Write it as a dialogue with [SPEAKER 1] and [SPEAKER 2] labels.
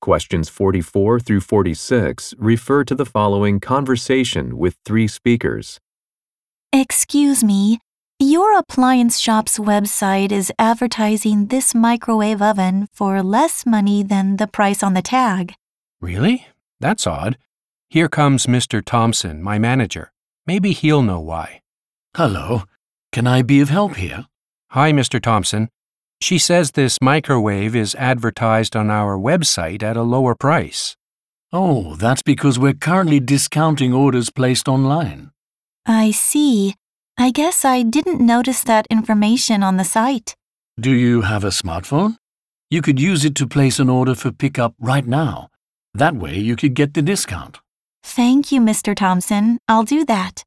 [SPEAKER 1] Questions 44 through 46 refer to the following conversation with three speakers.
[SPEAKER 2] Excuse me, your appliance shop's website is advertising this microwave oven for less money than the price on the tag.
[SPEAKER 3] Really? That's odd. Here comes Mr. Thompson, my manager. Maybe he'll know why.
[SPEAKER 4] Hello. Can I be of help here?
[SPEAKER 3] Hi, Mr. Thompson. She says this microwave is advertised on our website at a lower price.
[SPEAKER 4] Oh, that's because we're currently discounting orders placed online.
[SPEAKER 2] I see. I guess I didn't notice that information on the site.
[SPEAKER 4] Do you have a smartphone? You could use it to place an order for pickup right now. That way you could get the discount.
[SPEAKER 2] Thank you, Mr. Thompson. I'll do that.